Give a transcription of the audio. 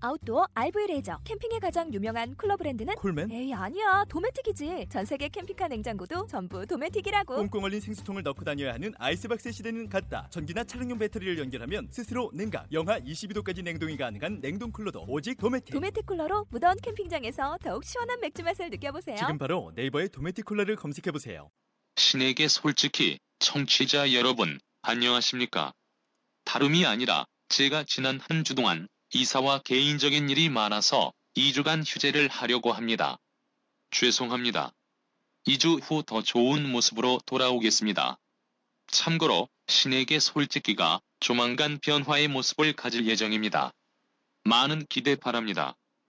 아웃도어 RV 레저 캠핑에 가장 유명한 쿨러 브랜드는 콜맨? 에이 아니야 도메틱이지 전 세계 캠핑카 냉장고도 전부 도메틱이라고 꽁꽁 얼린 생수통을 넣고 다녀야 하는 아이스박스 시대는 갔다. 전기나 차량용 배터리를 연결하면 스스로 냉각, 영하 22도까지 냉동이 가능한 냉동 쿨러도 오직 도메틱. 도메틱 쿨러로 무더운 캠핑장에서 더욱 시원한 맥주 맛을 느껴보세요 지금 바로 네이버에 도메틱 쿨러를 검색해 보세요. 신에게 솔직히 청취자 여러분 안녕하십니까? 다름이 아니라 제가 지난 한 주 동안 이사와 개인적인 일이 많아서 2주간 휴재를 하려고 합니다. 죄송합니다. 2주 후 더 좋은 모습으로 돌아오겠습니다. 참고로 신에게 솔직히가 조만간 변화의 모습을 가질 예정입니다. 많은 기대 바랍니다.